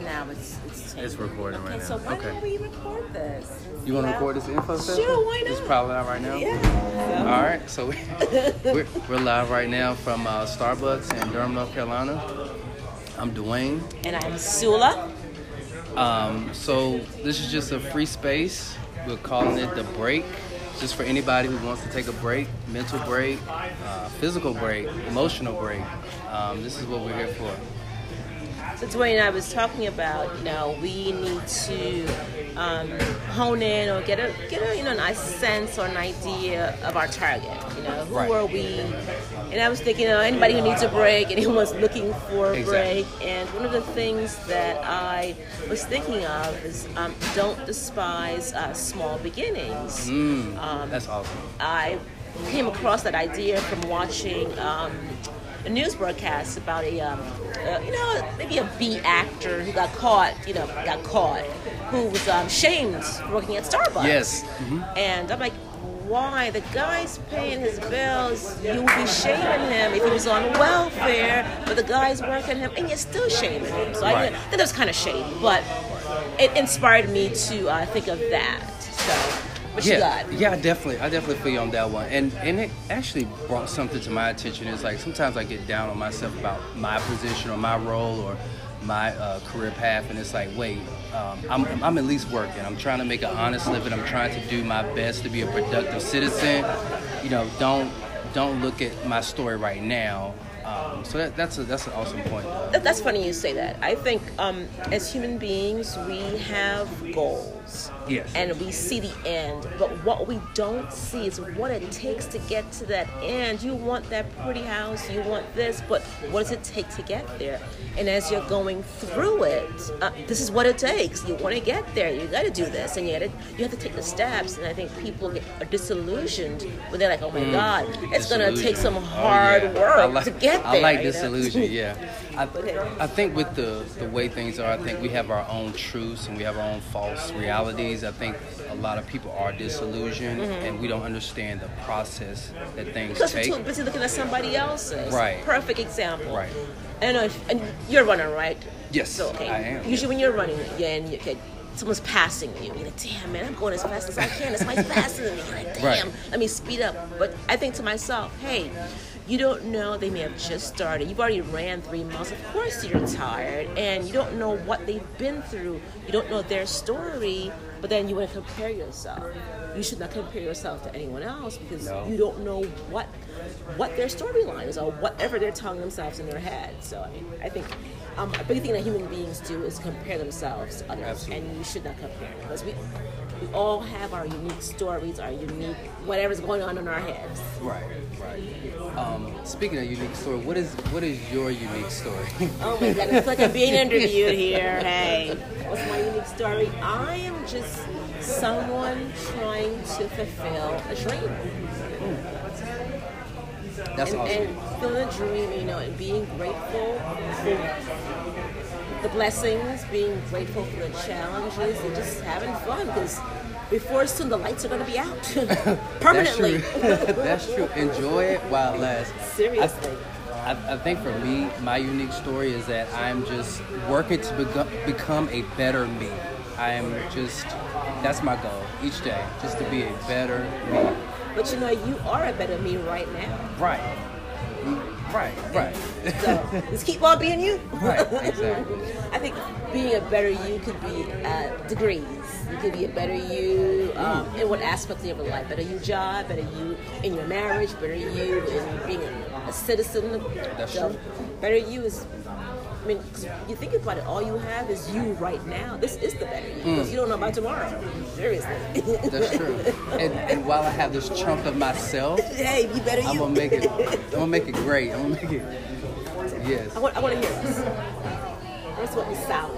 now it's it's, It's recording okay. right so now. why Okay. don't we record this? You want to record this info session? Sure, why It's not? probably out right now. Yeah. All right, so we- we're, we're live right now from uh, Starbucks in Durham, North Carolina. I'm Dwayne. And I'm Sula. Um, so this is just a free space. We're calling it the break, just for anybody who wants to take a break, mental break, uh, physical break, emotional break. Um, this is what we're here for. So Dwayne and I was talking about, you know, we need to um, hone in or get a get a you know a nice sense or an idea of our target. You know, who Right. are we? And I was thinking, you know, anybody who needs a break, anyone's looking for a Exactly. break. And one of the things that I was thinking of is um, don't despise uh, small beginnings. Um, That's awesome. I came across that idea from watching um, a news broadcast about a, um, uh, you know, maybe a B actor who got caught, you know, got caught, who was um, shamed for working at Starbucks. Mm-hmm. Yes. And I'm like, why? The guy's paying his bills. You would be shaming him if he was on welfare, but the guy's working him, and you're still shaming him. So I Right. think that was kind of shady, but it inspired me to uh, think of that. So, what you yeah, got? yeah, I definitely, I definitely feel you on that one, and and it actually brought something to my attention. It's like sometimes I get down on myself about my position or my role or my uh, career path, and it's like, wait, um, I'm I'm at least working. I'm trying to make an honest living. I'm trying to do my best to be a productive citizen. You know, don't don't look at my story right now. Um, so that, that's a, that's an awesome point. That- That's funny you say that. I think um, as human beings, we have goals. Yes. And we see the end. But what we don't see is what it takes to get to that end. You want that pretty house, you want this, but what does it take to get there? And as you're going through it, uh, this is what it takes. You want to get there, you got to do this, and you got to you have to take the steps. And I think people get, are disillusioned when they're like, oh my God, it's going to take some Disillusion. Mm. Oh, hard yeah. work I like- to get there. I like you know? disillusion. Yeah, Okay. I, I think with the the way things are, I think we have our own truths and we have our own false realities. I think a lot of people are disillusioned and we don't understand the process that things Because Mm-hmm. we're take. too busy looking at somebody else's. Right. Perfect example. Right. I don't know if and you're running, right? Yes, So okay. I am, Usually when you're running, yeah, and you, okay, someone's passing you, you're like, damn man, I'm going as fast as I can. It's my faster than me. You're like, Right. damn, let me speed up. But I think to myself, hey, you don't know they may have just started. You've already ran three miles. Of course you're tired, and you don't know what they've been through. You don't know their story. But then you want to compare yourself. You should not compare yourself to anyone else because No. you don't know what what their storyline is or whatever they're telling themselves in their head. So I mean, I think um, a big thing that human beings do is compare themselves to others, Absolutely. and you should not compare because we we all have our unique stories, our unique whatever's going on in our heads. Right. Right. Um, speaking of unique story, what is what is your unique story? Oh my god, it's like I'm being interviewed here. Hey, what's my unique story? I am just someone trying to fulfill a dream. That's and, awesome. and feeling a dream, you know, and being grateful for the blessings, being grateful for the challenges, and just having fun because before soon the lights are going to be out permanently. That's true. That's true. Enjoy it while it lasts. I- Seriously. I, I think for me, my unique story is that I'm just working to bego- become a better me. I am just, that's my goal each day, just to be a better me. But you know, you are a better me right now. Right. Right, right. So just keep on being you. Right, exactly. I think being a better you could be uh, degrees. You could be a better you um, in what aspects of your life. Better you job, better you in your marriage, better you in being a citizen. That's So, true. Better you is, I mean, 'cause you think about it, all you have is you right now. This is the better you. Mm. 'cause you don't know about tomorrow. Seriously. That's true. And, and while I have this chunk of myself, hey, be better you. I'm gonna make it. I'm gonna make it great. I'm gonna make it. Yes. I want, I want to hear this. That's what we sound